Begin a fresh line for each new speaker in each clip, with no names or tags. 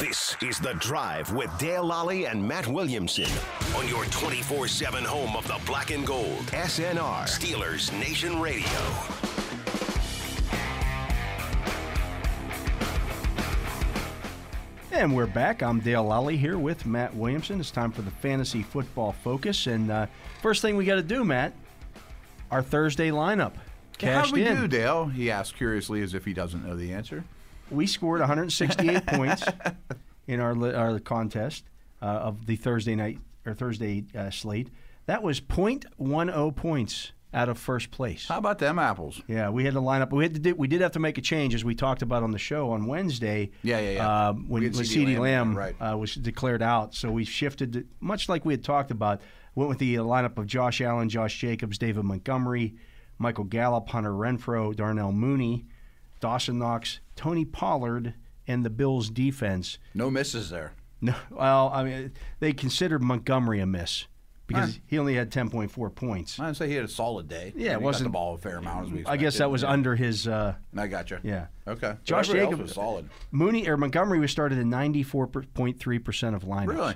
This is The Drive with Dale Lally and Matt Williamson on your 24 7 home of the black and gold. SNR, Steelers Nation Radio.
And we're back. I'm Dale Lally here with Matt Williamson. It's time for the fantasy football focus. And uh, first thing we got to do, Matt, our Thursday lineup.
How do
Cashed
we
in.
do, Dale? He asked curiously as if he doesn't know the answer.
we scored 168 points in our li- our contest uh, of the Thursday night or Thursday uh, slate. That was 0.10 points out of first place.
How about them apples?
Yeah, we had to line up. We had to do, we did have to make a change as we talked about on the show on Wednesday.
Yeah, yeah, yeah.
Um,
We
when
had
when
CeeDee
CeeDee Lamb
Lamb, right.
uh, was declared out, so we shifted to, much like we had talked about. Went with the uh, lineup of Josh Allen, Josh Jacobs, David Montgomery, Michael Gallup, Hunter Renfro, Darnell Mooney, Dawson Knox, Tony Pollard, and the Bills defense.
No misses there.
No, well, I mean, they considered Montgomery a miss because he only had 10.4 points.
I'd say he had a solid day.
Yeah, it
he got
wasn't-
the ball a fair amount. As we
I guess
expected.
that was under his. Uh,
I got you.
yeah.
Okay.
Josh
Everybody else
Jacobs-
was solid.
Mooney or Montgomery was started in 94.3% of lineups.
Really?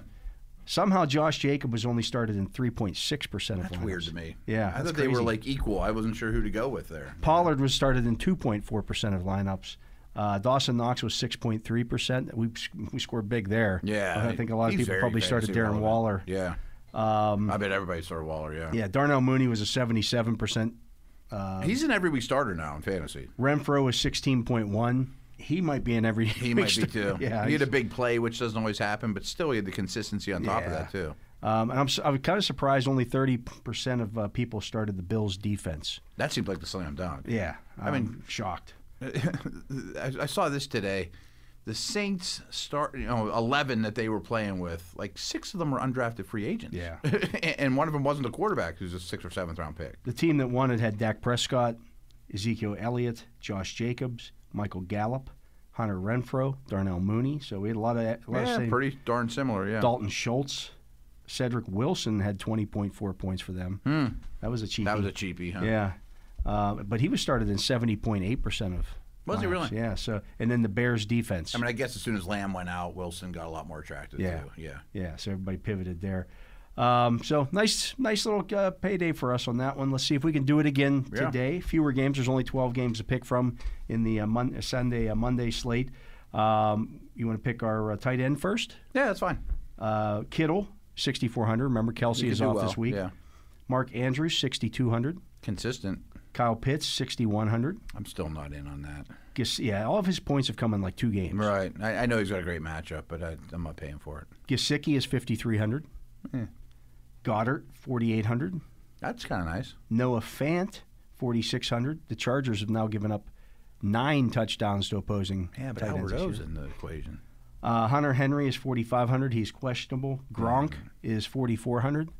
Somehow Josh Jacob was only started in 3.6% of
That's
lineups.
weird to me.
Yeah,
I
that's
thought they were
crazy.
like equal. I wasn't sure who to go with there.
Pollard was started in 2.4% of lineups. Uh, Dawson Knox was 6.3%. We, we scored big there.
Yeah.
I think a lot of
he's
people
very
probably started
fantasy
Darren
relevant.
Waller.
Yeah. Um, I bet everybody started Waller. Yeah.
Yeah, Darnell Mooney was a 77%.
He's an every week starter now in fantasy.
Renfro was 16.1. He might be in every.
He might be too.
Yeah,
he had a
he's-
big play, which doesn't always happen, but still he had the consistency on top of
Yeah.
that too.
Um, and I'm, su- I'm kind of surprised only 30% of uh, people started the Bills' defense.
That seemed like the slam dunk.
Yeah, um,
I
I'm
mean-
shocked.
I, I saw this today. The Saints start, you know, eleven that they were playing with. Like six of them were undrafted free agents.
Yeah.
and and one of them wasn't a quarterback, who's a sixth or seventh round pick.
The team that won it had Dak Prescott, Ezekiel Elliott, Josh Jacobs, Michael Gallup, Hunter Renfro, Darnell Mooney. So we had a lot of a lot of
Yeah,
same-
pretty darn similar. Yeah.
Dalton Schultz, Cedric Wilson had twenty point four points for them. That was a cheap.
Hmm. That was a cheapie, huh?
yeah. Uh, but he was started in seventy point eight percent of.
Was he
lineups.
really?
Yeah. So and then the Bears defense.
I mean, I guess as soon as Lamb went out, Wilson got a lot more attractive.
Yeah.
Too. Yeah.
yeah. So everybody pivoted there. Um, so nice, nice little uh, payday for us on that one. Let's see if we can do it again
Yeah.
today. Fewer games. There's only 12 games to pick from in the uh, Mon- uh, Sunday uh, Monday slate. Um, you want to pick our uh, tight end first?
Yeah, that's fine.
Uh, Kittle, 6,400. Remember, Kelsey
You
is
can do
off
well,
this week.
Yeah.
Mark Andrews, 6,200.
Consistent.
Kyle Pitts, 6,100.
I'm still not in on that.
Gis- yeah, all of his points have come in like two games.
Right. I, I know he's got a great matchup, but I, I'm not paying for it.
Gesicki is 5,300. Goddard, 4,800.
That's kind of nice.
Noah Fant, 4,600. The Chargers have now given up nine touchdowns to opposing
Yeah, but
tight ends
Albert
this
O's
year.
in the equation.
Uh, Hunter Henry is 4,500. He's questionable. Gronk
Mm-hmm.
is 4,400.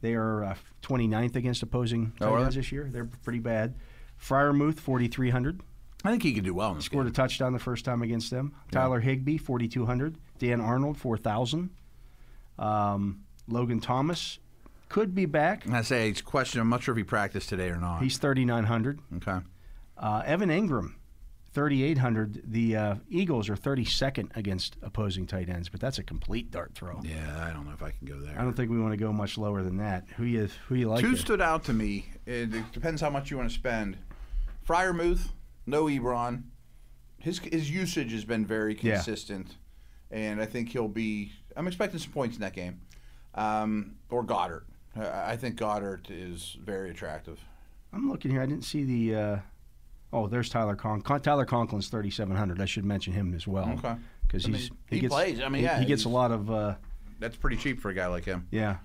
They are uh, 29th against opposing
Oh,
tight
are they?
ends this year. They're pretty bad. Friarmouth, 4,300.
I think he could do well in this
Scored a
game.
touchdown the first time against them. Tyler Higbee, 4,200. Dan Arnold, 4,000. Um, Logan Thomas could be back.
I say it's question. I'm not sure if he practiced today or not.
He's 3,900.
okay.
Uh, Evan Ingram, 3,800. The uh, Eagles are 32nd against opposing tight ends, but that's a complete dart throw.
Yeah, I don't know if I can go
I
there.
don't think we want to go much lower than that. Who you who you like?
Two
there?
stood out to me. It, it depends how much you want to spend. Fryermuth, no Ebron. His his usage has been very
Yeah.
consistent, and I think he'll be. I'm expecting some points in that game, um, or Goddard. I, I think Goddard is very attractive.
I'm looking here. I didn't see the. Uh, oh, there's Tyler Conklin. Con- Tyler Conklin's 3,700. I should mention him as well.
Okay.
Because
I mean,
he's
he
gets,
plays. I mean,
he-
yeah,
he gets a
he's-
lot of uh,
That's pretty cheap for a guy like him.
yeah.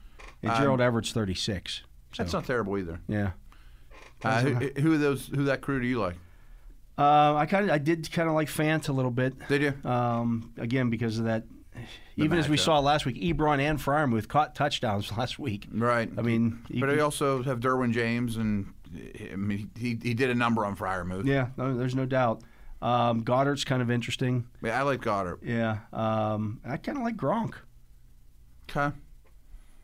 And
Um,
Gerald Everett's 36. So,
That's not terrible either.
yeah.
Uh, who, who are those? Who that crew do you like?
Uh, I kind of I did kind of like Fant a little bit.
Did you?
Um, again, because of that, even as we
matchup.
saw last week, Ebron and Fryermuth caught touchdowns last week.
Right.
I mean, you
but
can-
they also have Derwin James, and I mean, he, he did a number on Fryermuth.
yeah, no, there's no doubt. Um, Goddard's kind of interesting.
Yeah, I like Goddard.
Yeah, um, I kind of like Gronk.
Okay.
I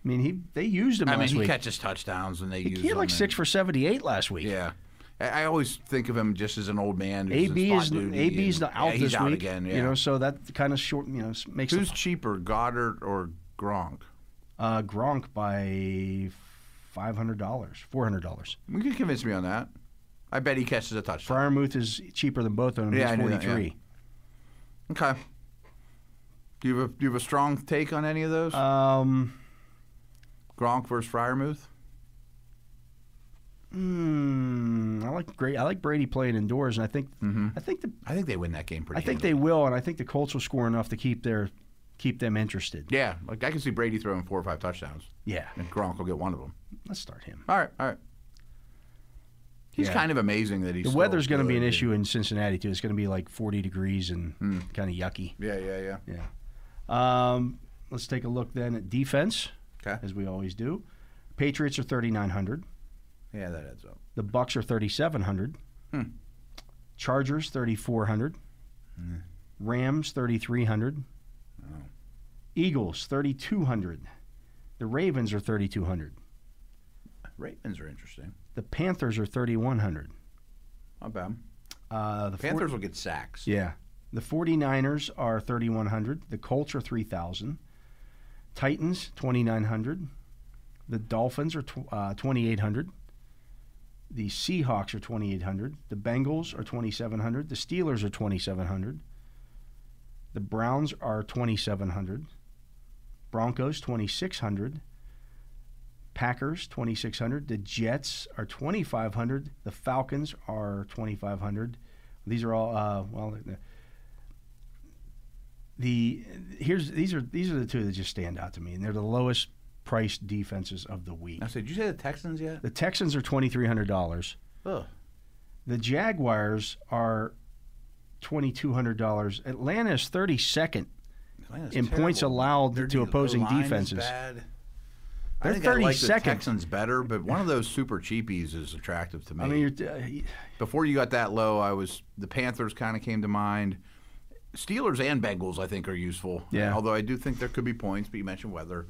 mean, he they used him
I mean,
last
he
week.
catches touchdowns and they
he
use
he had
him
like
and-
six for seventy-eight last week.
Yeah. I, I always think of him just as an old man. Who's
AB
in spot
is
duty
AB is
and-
not out
yeah,
this
he's
week.
out again. Yeah.
You know, so that kind of short, you know, s- makes the
Who's cheaper, Goddard or Gronk?
uh, Gronk by five hundred dollars, four hundred dollars.
You can convince me on that. I bet he catches a touchdown.
Fryermuth is cheaper than both of them.
Yeah, I
He's
knew
forty
that, yeah.
three.
Okay. Do you have a, do you have a strong take on any of those?
Um,
Gronk versus Fryermuth?
mm, I like great. I like Brady playing indoors, and I think I think the
Mm-hmm. I think they win that game pretty.
I think
handily.
they will, and I think the Colts will score enough to keep their keep them interested.
Yeah, like I can see Brady throwing four or five touchdowns,
Yeah,
and Gronk will get one of them.
let's start him.
All right, all right. He's
Yeah.
kind of amazing that he's.
The
still
weather's going to be an
good. Hmm.
issue in Cincinnati too. It's going to be like forty degrees and kind of yucky.
Yeah, yeah, yeah.
Yeah. Um, let's take a look then at defense,
Okay.
as we always do. Patriots are 3,900.
Yeah, that adds up.
The Bucks are 3,700. Chargers 3,400. Rams 3,300. Eagles 3,200. The Ravens are 3,200.
Ravens are interesting.
The Panthers are 3,100.
Not bad.
Uh, the
Panthers will get sacks.
Yeah. The 49ers are 3,100. The Colts are 3,000. Titans, 2,900. The Dolphins are tw- uh, 2,800. The Seahawks are 2,800. The Bengals are 2,700. The Steelers are 2,700. The Browns are 2,700. Broncos, 2,600. Packers, 2,600. The Jets are 2,500. The Falcons are 2,500. These are all uh, well. the- The here's these are these are the two that just stand out to me, and they're the lowest priced defenses of the week.
I said, did you say the Texans yet?
The Texans are twenty three hundred dollars.
Ugh.
The Jaguars are twenty two hundred dollars. Atlanta is thirty second.
Atlanta's
in points
terrible.
allowed
Their
to
de-
opposing
their line is
defenses.
bad. I
They're
think I like the
32nd.
Texans better, but one of those super cheapies is attractive to me.
I mean, you're, uh,
Before you got that low, I was the Panthers kind of came to mind. Steelers and Bengals, I think, are useful.
Yeah.
Although I do think there could be points, but you mentioned weather.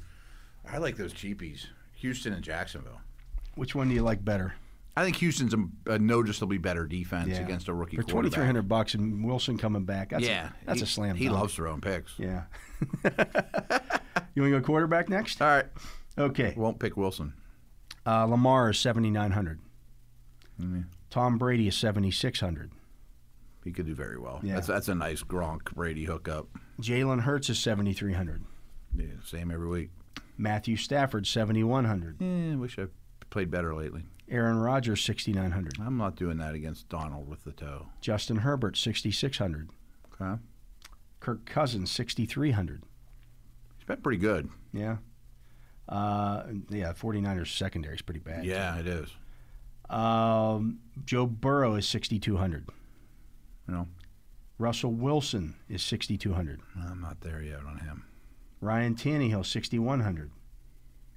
I like those cheapies, Houston and Jacksonville.
which one do you like better?
I think Houston's a, a noticeably better defense
Yeah.
against a rookie
For twenty
quarterback.
three hundred bucks and Wilson coming back. That's
yeah,
a, that's
he,
a slam.
He
dunk.
loves throwing picks.
Yeah. you want to go quarterback next?
All right,
Okay.
won't pick Wilson.
Uh, Lamar is 7,900.
Mm-hmm.
Tom Brady is 7,600.
He could do very well.
Yeah.
That's that's a nice Gronk Brady hookup.
Jalen Hurts is 7,300.
Yeah, same every week.
Matthew Stafford, 7,100.
Eh, wish I played better lately.
Aaron Rodgers, 6,900.
I'm not doing that against Donald with the toe.
Justin Herbert, 6,600.
Okay,
Kirk Cousins, 6,300.
he's been pretty good.
Yeah. Uh, yeah, 49ers secondary is pretty bad.
Yeah, it is.
Um, Joe Burrow is 6,200.
You know,
Russell Wilson is 6,200.
I'm not there yet on him.
Ryan Tannehill, 6,100.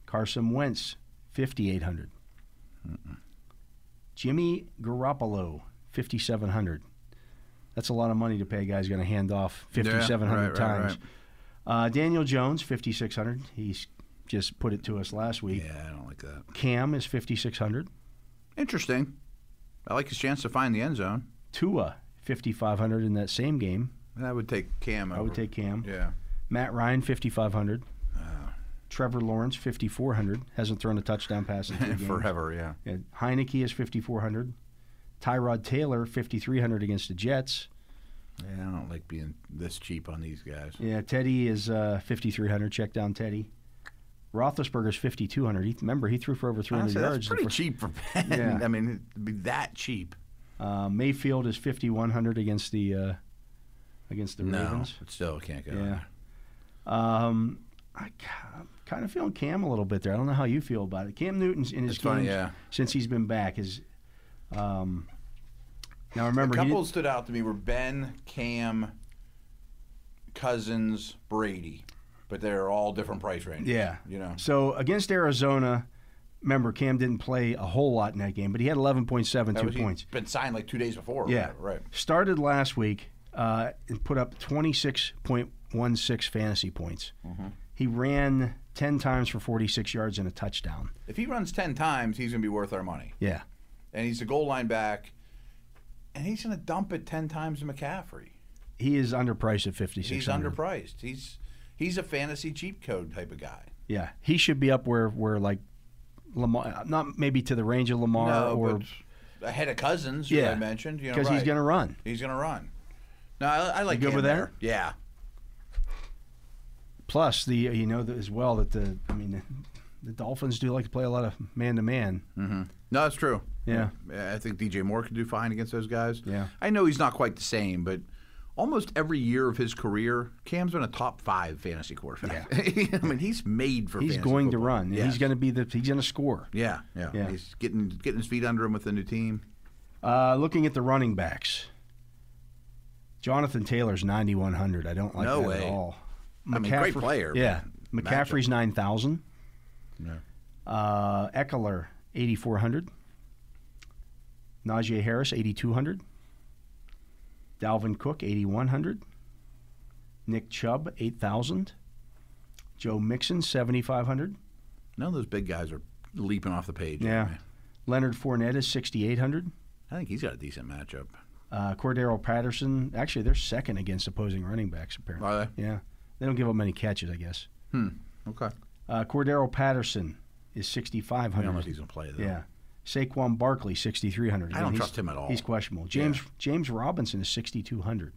Carson Wentz, 5,800. Jimmy Garoppolo, 5,700. That's a lot of money to pay a guy who's going to hand off 5,700
right, right,
times. Uh, Daniel Jones, 5,600. He's just put it to us last week.
Yeah, I don't like that.
Cam is 5,600.
Interesting. I like his chance to find the end zone.
Tua, 5,500 in that same game.
I would take Cam.
I would
over.
take Cam.
Yeah. Uh,
Matt Ryan, 5,500. Trevor Lawrence, 5,400. Hasn't thrown a touchdown pass in two games.
Forever, yeah.
Yeah, Heineke is 5,400. Tyrod Taylor, 5,300 against the Jets.
Yeah, I don't like being this cheap on these guys.
Yeah, Teddy is uh, 5,300. Check down Teddy. Roethlisberger's 5,200. He, remember, he threw for over 300
Honestly, that's
yards. in the
pretty
first-
cheap for Ben.
Yeah.
I mean, it'd be that cheap.
uh, Mayfield is 5,100 against the uh, against the
No,
Ravens.
it still can't go.
Yeah. Um, I, am kind of feeling Cam a little bit there. I don't know how you feel about it. Cam Newton's in his
It's funny,
games
yeah.
since he's been back is. Um, now remember,
a
he did-
couple stood out to me were Ben, Cam, Cousins, Brady, but they're all different price ranges.
Yeah.
you know.
So against Arizona, remember Cam didn't play a whole lot in that game, but he had 11.72
That was- he'd
points.
Been signed like two days before. or
Yeah.
whatever, right.
Started last week uh, and put up 26.16 fantasy points.
Mm-hmm.
He ran 10 times for 46 yards and a touchdown.
If he runs ten times, he's gonna be worth our money.
Yeah.
and he's a goal line back, and he's going to dump it ten times to McCaffrey.
He is underpriced at fifty six.
He's underpriced. He's he's a fantasy cheap code type of guy.
Yeah, he should be up where where like Lamar, not maybe to the range of Lamar
No,
or
but ahead of Cousins, yeah,
Yeah.
I mentioned. You know,
because he's
right.
going to run.
he's going to run. No, I, I like
good
him
with
there.
that?
Yeah,
Plus the uh, you know the, as well that the I mean the, the Dolphins do like to play a lot of man to man.
no, that's true.
Yeah.
Yeah, I think DJ Moore could do fine against those guys.
Yeah.
I know he's not quite the same, but almost every year of his career, Cam's been a top five fantasy quarterback. I mean, he's made for.
He's
fantasy
going to
football.
run. and
Yeah.
He's going to be the he's going to score.
Yeah, yeah,
Yeah.
He's getting getting his feet under him with the new team.
Uh, looking at the running backs, Jonathan Taylor's 9,100. I don't like
No
that at
way.
all.
I mean, great
McCaffrey-
player,
Yeah.
but
McCaffrey's 9,000.
Yeah.
Uh, Eckler, 8,400. Najee Harris, 8,200. Dalvin Cook, 8,100. Nick Chubb, 8,000. Joe Mixon, 7,500.
None of those big guys are leaping off the page.
Yeah. Leonard Fournette is 6,800.
I think he's got a decent matchup.
Uh, Cordero Patterson, actually, they're second against opposing running backs, apparently.
Are
Yeah. They don't give up many catches, I guess.
they? Okay.
Uh, Cordero Patterson is
I don't know
6,500.
if he's gonna play though.
Yeah. Saquon Barkley, 6,300.
I don't
He's-
trust him at all.
He's questionable. James James Robinson is 6,200.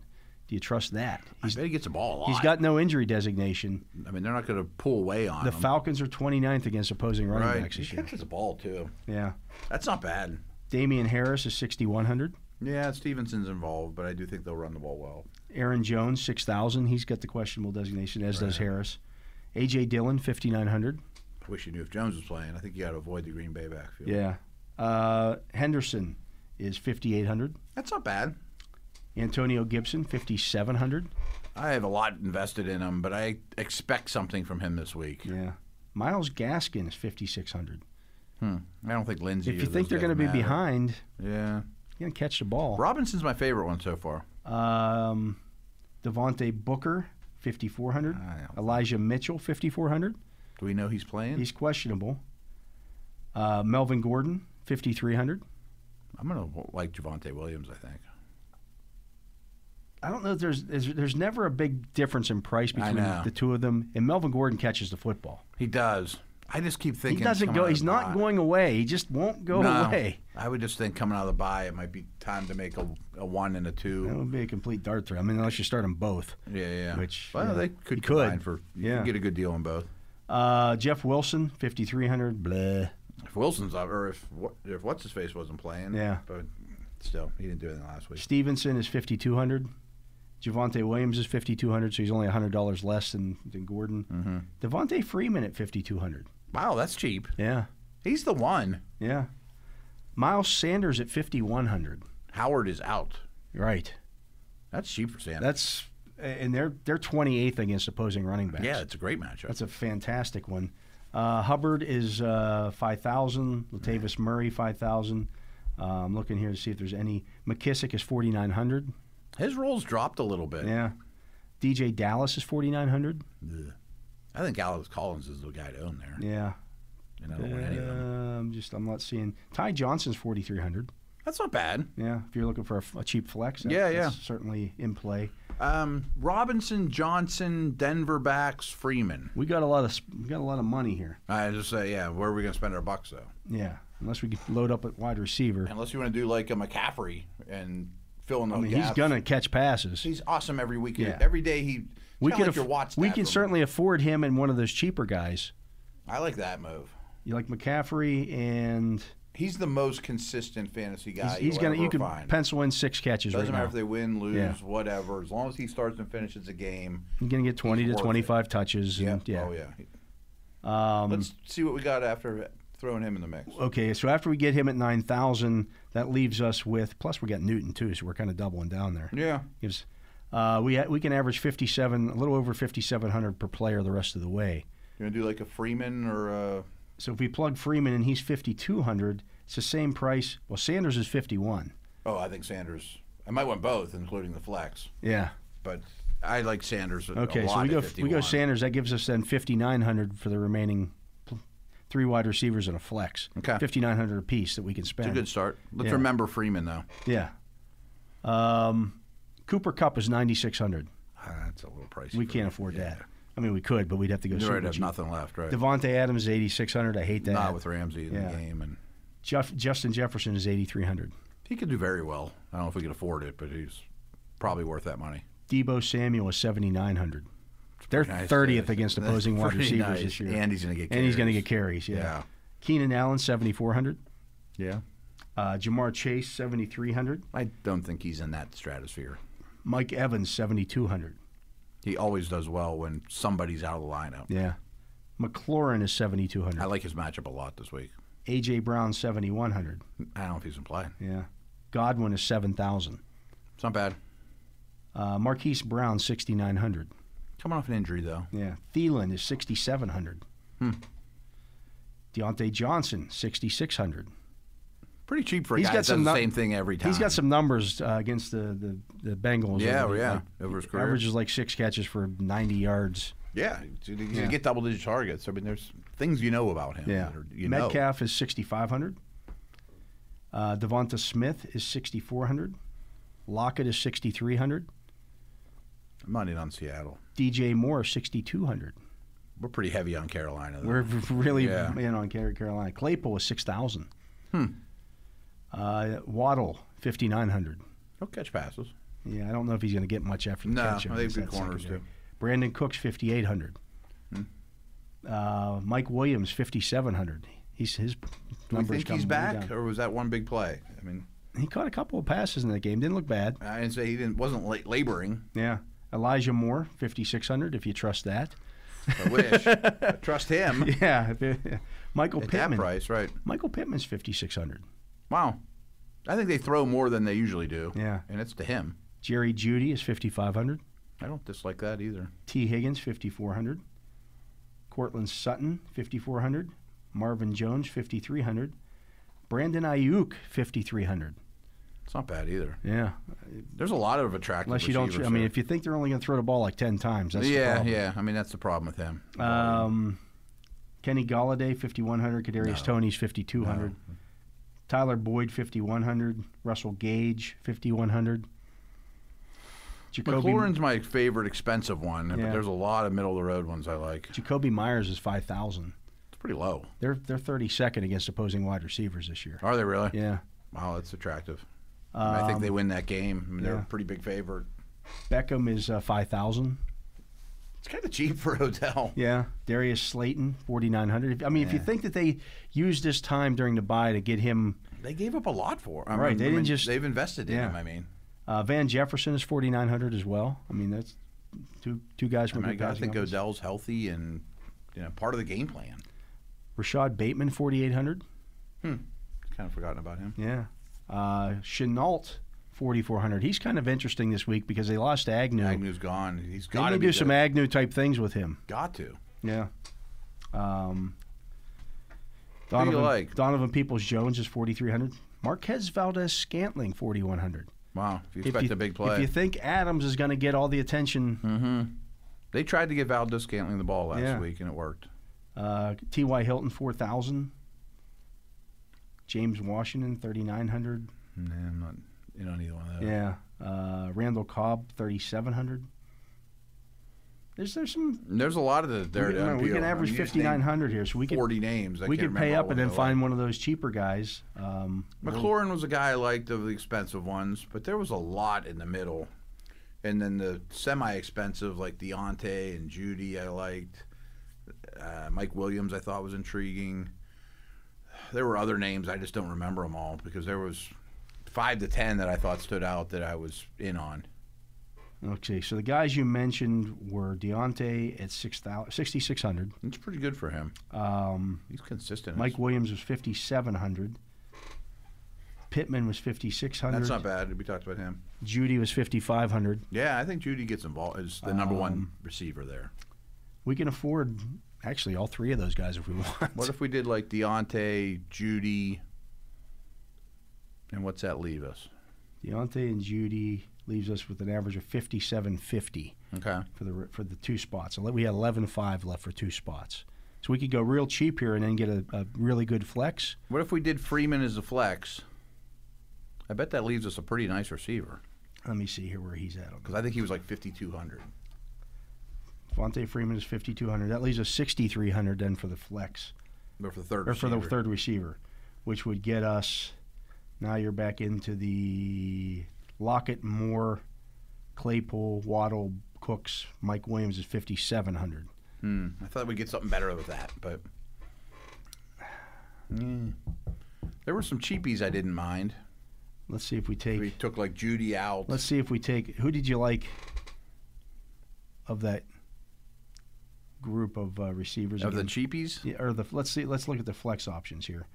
Do you trust that?
I
He's,
bet he gets the ball a lot.
he's got no injury designation.
I mean, they're not gonna pull away on
The
him.
Falcons are 29th against opposing running
right.
backs
He
this year.
catches the ball too.
Yeah.
That's not bad.
Damian Harris is 6,100.
Yeah, Stevenson's involved, but I do think they'll run the ball well.
Aaron Jones, 6,000. He's got the questionable designation, as does Harris. A.J. Dillon, 5,900.
I wish you knew if Jones was playing. I think you got to avoid the Green Bay backfield.
Yeah. Uh, Henderson is 5,800.
That's not bad.
Antonio Gibson, 5,700.
I have a lot invested in him, but I expect something from him this week.
Yeah. Miles Gaskin is 5,600.
I don't think Lindsey.
if
or
you think
those
they're going to be
guys matter.
behind,
yeah.
you're going to catch the ball.
Robinson's my favorite one so far.
Um, Devontae Booker, 5,400.
I don't-
Elijah Mitchell, 5,400.
Do we know he's playing?
He's questionable. Uh, Melvin Gordon, 5,300.
I'm gonna like Javante Williams. I think.
I don't know. If there's, there's there's never a big difference in price between
know.
the two of them. And Melvin Gordon catches the football.
He does. I just keep
He
thinking
doesn't
coming
go.
out of
He's
the
not
bye.
going away. He just won't go
No.
away.
I would just think coming out of the bye, it might be time to make a, a one and a two.
That would be a complete dart throw. I mean, unless you start them both.
Yeah, yeah.
Which,
well,
yeah,
they could
you
combine
could.
for you
Yeah.
could get a good deal on both.
Uh, Jeff Wilson, 5,300. Bleh.
If Wilson's up, or if what if what's his face wasn't playing,
Yeah.
But still, he didn't do anything last week.
Stevenson is 5,200. Javante Williams is 5,200, so he's only $100 less than, than Gordon.
Mm-hmm.
Devontae Freeman at 5,200.
Wow, that's cheap.
Yeah.
He's the one.
Yeah. Miles Sanders at 5,100.
Howard is out.
Right.
That's cheap for Sanders.
That's and they're they're 28th against opposing running backs.
yeah, it's a great matchup.
That's a fantastic one. Uh, Hubbard is uh, 5,000. Latavius Murray, 5,000. Uh, I'm looking here to see if there's any. McKissick is 4,900.
his roles dropped a little bit.
Yeah. DJ Dallas is 4,900.
Ugh. I think Alex Collins is the guy to own there,
Yeah.
and I
Uh,
don't want any of them.
I'm just, I'm not seeing. Ty Johnson's 4,300.
That's not bad.
Yeah. If you're looking for a, f- a cheap flex, that-
Yeah, yeah.
that's certainly in play.
Um, Robinson, Johnson, Denver backs, Freeman.
We got a lot of, sp- we got a lot of money here.
I just say, yeah, where are we going to spend our bucks though?
Yeah. Unless we could load up at wide receiver.
Unless you want to do like a McCaffrey and fill in the
I mean, he's
gaps.
going to catch passes.
He's awesome every week.
Yeah.
Every day he.
we
kinda
could
like your
aff-
Watt
we
stat
can
from-
certainly afford him and one of those cheaper guys.
I like that move.
You like McCaffrey and
He's the most consistent fantasy guy.
he's, he's
you'll
gonna you
ever
can
find.
pencil in six catches
Doesn't
right
matter
now.
if they win, lose,
Yeah.
whatever. As long as he starts and finishes a game.
You're gonna get twenty to
worth it.
twenty five touches. and- yeah. Um,
Oh yeah. Let's see what we got after throwing him in the mix.
Okay, so after we get him at nine thousand, that leaves us with plus we got Newton too, so we're kind of doubling down there.
Yeah.
Gives, uh, we ha- we can average fifty seven, a little over fifty seven hundred per player the rest of the way.
You gonna do like a Freeman or a?
So if we plug Freeman and he's fifty two hundred, it's the same price. Well, Sanders is fifty one.
Oh, I think Sanders. I might want both, including the flex.
Yeah.
But I like Sanders. A, a
Okay, so
lot
we
at
go we go
51.
Sanders. That gives us then fifty nine hundred for the remaining pl- three wide receivers and a flex.
Okay.
5900 apiece that we can spend.
It's a good start. Let's
Yeah.
remember Freeman though.
Yeah. Um, Cooper Cup is 9600.
Ah, that's a little pricey.
We
for
can't
me.
afford
Yeah.
that. I mean, we could, but we'd have to go
You
super
already have
cheap.
nothing left, right?
Devontae Adams is 8600. I hate that.
Not with Ramsey in
Yeah.
the game, and
Jeff, Justin Jefferson is 8300.
he could do very well. I don't know if we could afford it, but he's probably worth that money.
Debo Samuel is 7,900. They're
Nice.
30th against opposing wide
Pretty
receivers
nice.
this year.
and he's going to get
And he's going to
carries.
get carries, yeah.
Yeah.
Keenan Allen, 7,400.
yeah.
Uh, Jamar Chase, 7,300.
I don't think he's in that stratosphere.
Mike Evans, 7,200.
He always does well when somebody's out of the lineup.
Yeah. McLaurin is
I
7,200.
like his matchup a lot this week.
A.J. Brown, 7,100.
I don't know if he's in play.
Yeah. Godwin is 7,000.
It's not bad.
Uh, Marquise Brown, 6,900.
Coming off an injury though.
Yeah. Thielen is 6,700.
Hmm.
Deontay Johnson, 6,600.
Pretty cheap for a
He's
guy
got
that
some
does the
nu-
same thing every time.
He's got some numbers uh, against the, the, the Bengals.
Yeah,
Like,
yeah.
like,
Over his career.
averages like six catches for 90 yards.
Yeah, he's going
Yeah.
to get double digit targets. I mean, there's things you know about him.
Yeah.
that are- you know.
Metcalf is 6,500. Uh, Devonta Smith is 6,400. Lockett is 6,300.
I'm not in on Seattle.
DJ Moore, 6,200.
We're pretty heavy on Carolina. Though.
We're really
Uh, Yeah. Hmm.
in on Car- Carolina. Claypool is 6,000. Uh, Waddle, 5,900.
He'll catch passes.
Yeah, I don't know if he's going to get much after the
No,
catch.
they have
against
good
that
corners,
secondary.
too. Hmm.
Brandon Cooks, 5,800. Uh, Mike Williams, 5,700. He's his
Do we
numbers
think
come
he's
way
back,
down.
or was that one big play? I mean,
He caught a couple of passes in that game. Didn't look bad.
I didn't say he didn't wasn't la- laboring.
Yeah. Elijah Moore, 5,600, if you trust that.
I wish. I trust him at
Yeah. Michael
that
Pittman.
price, right?
Michael Pittman's 5,600.
Wow. I think they throw more than they usually do.
Yeah.
and it's to him.
Jerry Judy is 5,500.
I don't dislike that either.
T. Higgins, 5,400. Cortland Sutton, 5,400. Marvin Jones, 5,300. Brandon Ayuk, 5,300.
It's not bad either.
Yeah.
There's a lot of attractive.
Unless you don't,
receivers
I mean,
there.
if you think they're only going to throw the ball like 10 times, that's the
yeah,
problem.
yeah. I mean, that's the problem with him.
Um, Kenny Galladay, 5,100. Kadarius Tony's 5,200. Tyler Boyd, 5,100. Russell Gage, 5,100. Jacoby,
McLaurin's my favorite expensive one,
Yeah.
but there's a lot of middle of the road ones I like.
Jacoby Myers is 5,000.
It's pretty low.
They're, they're 32nd against opposing wide receivers this year.
Are they really?
Yeah. Um,
Wow, that's attractive. I think they win that game. I mean, they're
yeah.
a pretty big favorite.
Beckham is uh, 5,000.
It's kind of cheap for a hotel.
Yeah. Darius Slayton, 4,900. I mean, if you think that they used this time during the bye to get him,
They gave up a lot for him. I
Right,
mean-
they
I
didn't
mean,
just-
They've invested in
Yeah.
him, I mean.
uh, Van Jefferson is 4,900 as well. I mean, that's two two guys
I,
from
mean, I
good
gotta
passing
think
offense.
Odell's healthy and you know part of the game plan.
Rashad Bateman, 4,800.
Kind of forgotten about him.
Yeah. Uh, Chenault, 4,400. He's kind of interesting this week because they lost Agnew.
Agnew's gone. He's
They
got
may
to
do some Agnew type things with him.
Got to.
Yeah. Um,
do you
Donovan,
like?
Donovan Peoples Jones is 4,300. Marquez Valdez Scantling, 4,100.
Wow, if you expect a big play. Hmm.
If you think Adams is going to get all the attention,
they tried to give Valdez Scantling the ball last
Yeah.
week and it worked.
uh, T.Y. Hilton, 4,000. James Washington, 3,900.
Nah, I'm not in on either one of those.
Yeah. Uh, Randall Cobb, 3,700. There's, there's some.
There's a lot of the there.
we can, we can average 5,900 here, so we could,
40 names. I
we
can't
could pay
remember all
up and then
of them.
find one of those cheaper guys. Um,
McLaurin was a guy I liked of the expensive ones, but there was a lot in the middle. And then the semi expensive, like Deontay and Judy, I liked. Uh, Mike Williams, I thought was intriguing. There were other names, I just don't remember them all because there was five to ten that I thought stood out that I was in on.
Okay, so the guys you mentioned were Deontay at 6,000 6,600.
It's pretty good for him.
um,
He's consistent.
Mike Williams was 5,700. Pittman was 5,600.
that's not bad. We talked about him.
Judy was 5,500.
Yeah, I think Judy gets involved as the number
Um,
one receiver there.
We can afford actually all three of those guys if we want.
What if we did like Deontay, Judy, and what's that leave us?
Deontay and Judy leaves us with an average of 5,750
Okay.
for the for the two spots. Ele- We had 11.5 left for two spots. So we could go real cheap here and then get a, a really good flex.
What if we did Freeman as a flex? I bet that leaves us a pretty nice receiver
Let me see here where he's at.
because I think he was like 5,200.
Fonte Freeman is 5,200. That leaves us 6,300 then for the flex,
But for the third
or for the
receiver.
third receiver, which would get us. Now you're back into the Lockett, Moore, Claypool, Waddle, Cooks, Mike Williams is 5,700.
Hmm. I thought we'd get something better with that, but Mm. there were some cheapies I didn't mind.
Let's see if we take.
We took like Judy out.
Let's see if we take. Who did you like of that group of uh, receivers?
of the
again?
cheapies.
Yeah, or the let's see. Let's look at the flex options here.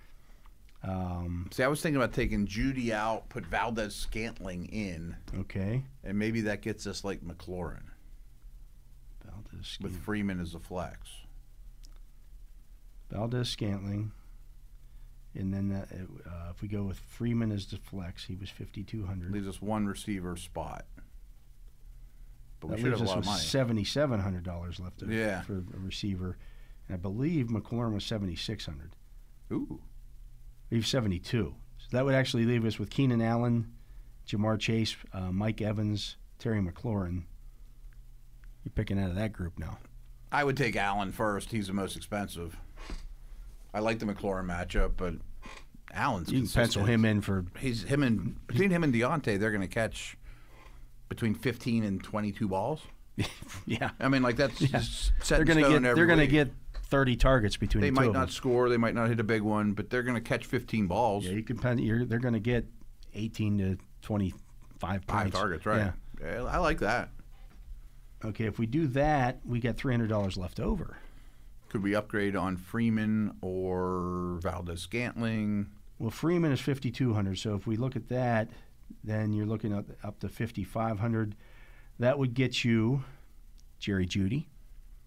Um,
See, I was thinking about taking Judy out, put Valdez Scantling in,
okay.
and maybe that gets us like McLaurin
Valdez,
with Freeman as a flex.
Valdez Scantling, and then that, uh, if we go with Freeman as the flex, he was fifty two hundred.
Leaves us one receiver spot. But we
That
should
leaves
have
us
a lot of
with
money.
seventy seven hundred dollars left to,
Yeah.
for a receiver, and I believe McLaurin was seventy six hundred.
Ooh.
Leave 72. So that would actually leave us with Keenan Allen, Jamar Chase, uh, Mike Evans, Terry McLaurin. You're picking out of that group now.
I would take Allen first. He's the most expensive. I like the McLaurin matchup, but Allen's
You can pencil
consistent.
him in for
He's him and between him and Deontay, they're going to catch between 15 and 22 balls.
yeah.
I mean, like that's just set
They're
in
gonna
stone
get
every
they're gonna
week.
get 30 targets between
They
the two
might
of
not
them.
score. They might not hit a big one, but they're going to catch 15 balls.
Yeah, you can pen, you're, they're gonna get 18 to 25
five
points.
targets, right?
Yeah.
Yeah, I like that.
Okay, if we do that, we got $300 left over.
Could we upgrade on Freeman or Valdez Scantling?
Well, Freeman is 5,200. So if we look at that, then you're looking up, up to 5,500. That would get you Jerry Judy.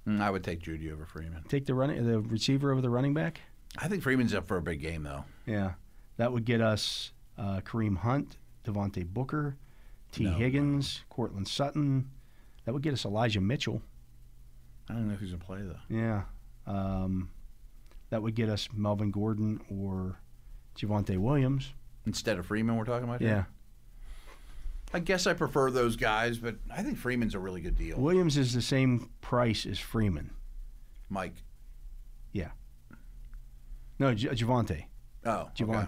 Mm, I would take Judy over Freeman.
Take the running, the receiver over the running back.
I think Freeman's up for a big game though.
Yeah, that would get us uh, Kareem Hunt, Devontae Booker, T.
No, no, no.
Higgins, Cortland Sutton. That would get us Elijah Mitchell.
I don't know if he's going to play though.
Yeah, um, that would get us Melvin Gordon or Javante Williams.
Instead of Freeman, we're talking about. here?
Yeah,
I guess I prefer those guys, but I think Freeman's a really good deal.
Williams is the same price as Freeman.
Mike.
No, J- Javante.
Oh, okay.
Javante.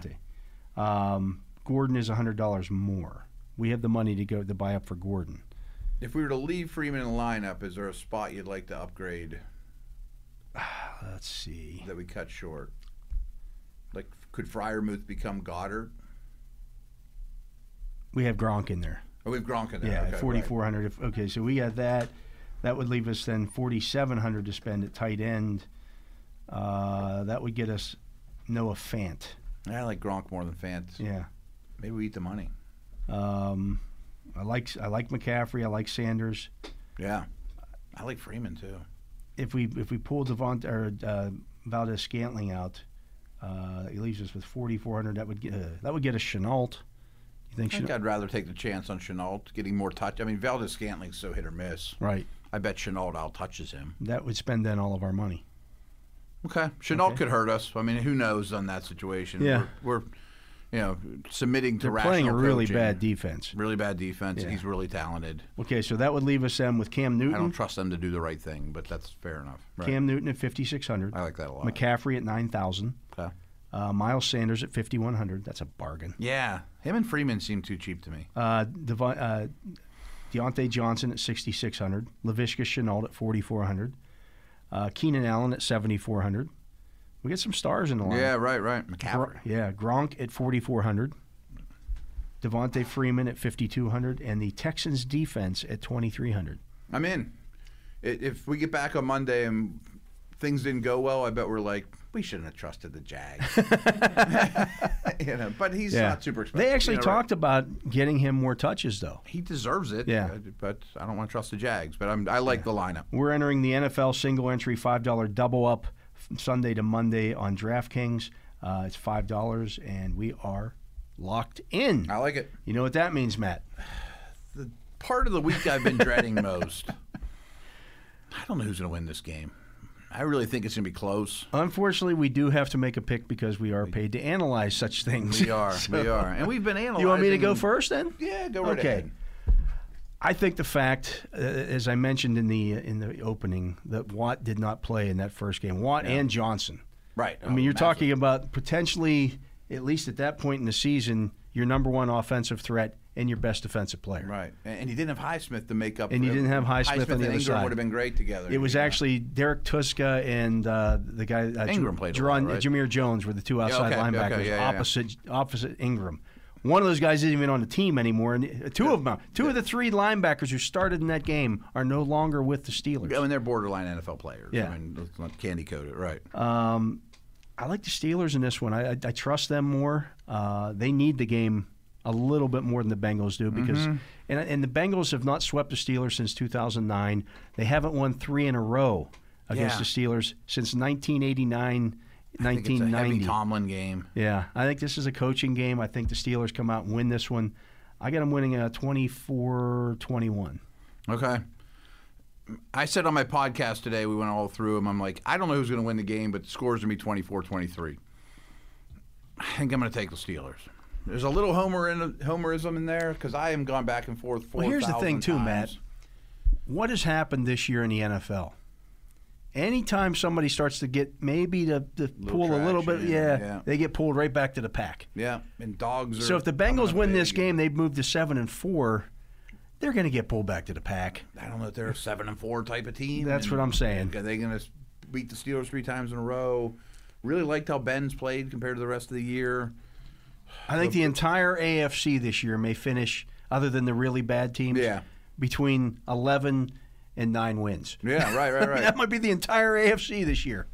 Um, Gordon is hundred dollars more. We have the money to go to buy up for Gordon.
If we were to leave Freeman in the lineup, is there a spot you'd like to upgrade
Let's see.
that we cut short? Like, could Fryermuth become Goddard?
We have Gronk in there.
Oh, we have Gronk in there.
yeah,
okay,
forty
right.
four hundred. If Okay, so we got that. That would leave us then forty seven hundred to spend at tight end. Uh, that would get us Noah Fant.
I like Gronk more than Fant.
Yeah.
Maybe we eat the money.
Um, I like I like McCaffrey. I like Sanders.
Yeah. I like Freeman, too.
If we if we pull Devont or uh, Valdez Scantling out, uh, it leaves us with forty four hundred. That would get uh, that would get us Chenault. You think
I think
Chenault?
I'd rather take the chance on Chenault getting more touch. I mean, Valdez Scantling's so hit or miss.
Right.
I bet Chenault out touches him.
That would spend then all of our money.
Okay. Chenault
Okay.
could hurt us. I mean, who knows on that situation?
Yeah.
We're, we're you know, submitting to
They're
rational
playing a really
coaching.
bad defense.
Really bad defense.
Yeah. Mm-hmm.
He's really talented.
Okay, so that would leave us then with Cam
I don't
Newton.
trust them to do the right thing, but that's fair enough. Right.
Cam Newton at fifty six hundred.
I like that a lot.
McCaffrey at nine thousand.
Okay.
Uh, Miles Sanders at fifty one hundred. That's a bargain.
Yeah, him and Freeman seem too cheap to me.
Uh, Devon, uh, Deontay Johnson at 6,600. LaVishka Chenault at 4,400. Uh, Keenan Allen at 7,400. We get some stars in the line.
Yeah, right, right. McCaffrey.
yeah, Gronk at 4,400. Devontae Freeman at 5,200. And the Texans defense at 2,300.
I'm in. I- If we get back on Monday and things didn't go well, I bet we're like, we shouldn't have trusted the Jags. you know, but he's not super expensive.
They actually
you know, right?
talked about getting him more touches, though.
He deserves it.
Yeah.
uh, but I don't want to trust the Jags. But I'm, I like the lineup.
We're entering the NFL single entry $5 double up from Sunday to Monday on DraftKings. Uh, it's $5, and we are locked in.
I like it.
You know what that means, Matt?
Part of the week I've been dreading most. I don't know who's going to win this game. I really think it's going to be close.
Unfortunately, we do have to make a pick because we are paid to analyze such things.
We are. Oh, we
So-
are. And we've been analyzing.
You want me to go first then?
Yeah, go right
okay.
ahead.
I think the fact, uh, as I mentioned in the in the opening, that Watt did not play in that first game. Watt and Johnson.
Right.
I mean, you're talking about potentially, at least at that point in the season, your number one offensive threat and your best defensive player.
Right. And, and he didn't have Highsmith to make up
And he
for
didn't have Highsmith on the
and
other
Ingram
side.
would have been great together.
It was actually Derek Tuska and uh, the guy uh,
Ingram played a
Jerron,
lot, right?
Jameer Jones were the two outside
okay, okay,
linebackers
yeah, yeah, yeah.
opposite opposite Ingram. One of those guys isn't even on the team anymore, and uh, two of them, two of the three linebackers who started in that game are no longer with the Steelers.
I mean, they're borderline NFL players.
Yeah.
I mean, let's not candy coat it. Right.
I like the Steelers in this one. I, I, I trust them more. Uh, they need the game a little bit more than the Bengals do because,
Mm-hmm.
and, and the Bengals have not swept the Steelers since 2009. They haven't won three in a row against
Yeah.
the Steelers since 1989,
I think it's a heavy
1990.
Tomlin game.
yeah, I think this is a coaching game. I think the Steelers come out and win this one. I got them winning uh, a 24-21.
Okay. I said on my podcast today, we went all through them. I'm like, I don't know who's going to win the game, but the score's going to be 24 23. I think I'm going to take the Steelers. There's a little Homer in, homerism in there because I am gone back and forth.
Well, here's the thing,
4,000
too, Matt.
times.
What has happened this year in the NFL? Anytime somebody starts to get maybe to, to pull a little bit,
traction,
yeah,
yeah.
they get pulled right back to the pack.
Yeah, and dogs. Are
So if the
coming
Bengals
up
win this
big.
game, they move to seven and four. They're going to get pulled back to the pack.
I don't know if they're a seven and four type of team.
That's what I'm saying.
Are they going to beat the Steelers three times in a row? Really liked how Ben's played compared to the rest of the year.
I think the entire AFC this year may finish, other than the really bad teams,
Yeah.
between eleven and nine wins.
Yeah, right, right, right.
That might be the entire AFC this year.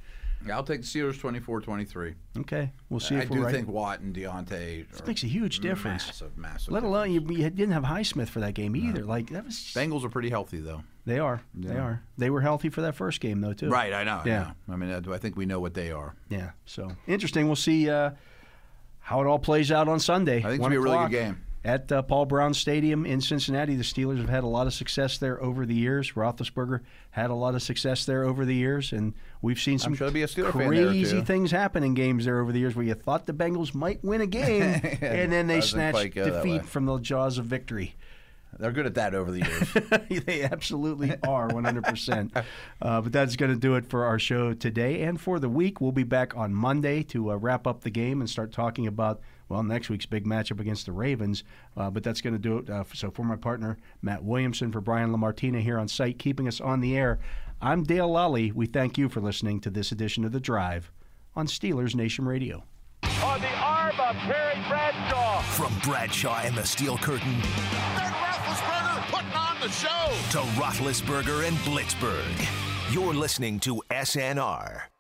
Yeah, I'll take the Steelers 24 23.
Okay, we'll see
I
if we're
do
right.
think Mm-hmm. Watt and Deontay are
makes a huge difference.
Massive, massive.
Let alone
difference.
you, you didn't have Highsmith for that game either. Like that was
Bengals are pretty healthy, though.
They are. They are. They were healthy for that first game though too.
Right, I know. I,
Yeah.
know. I mean, I, I think we know what they are.
Yeah. So interesting. We'll see uh, how it all plays out on Sunday. I
think it's gonna be a really good game.
At uh, Paul Brown Stadium in Cincinnati, the Steelers have had a lot of success there over the years. Roethlisberger had a lot of success there over the years, and we've seen some
sure there'll be a Steeler fan there,
crazy
too.
things happen in games there over the years where you thought the Bengals might win a game, and then they
Doesn't
snatched
quite go that way.
defeat from the jaws of victory.
They're good at that over the years.
they absolutely are 100%. uh, but that's going to do it for our show today and for the week. We'll be back on Monday to uh, wrap up the game and start talking about, well, next week's big matchup against the Ravens. Uh, but that's going to do it. Uh, so for my partner, Matt Williamson, for Brian LaMartina here on site, keeping us on the air, I'm Dale Lally. We thank you for listening to this edition of The Drive on Steelers Nation Radio.
on the arm of Terry Bradshaw.
From Bradshaw and the Steel Curtain
Ben Roethlisberger putting on the show.
to Roethlisberger and Blitzberg, you're listening to SNR.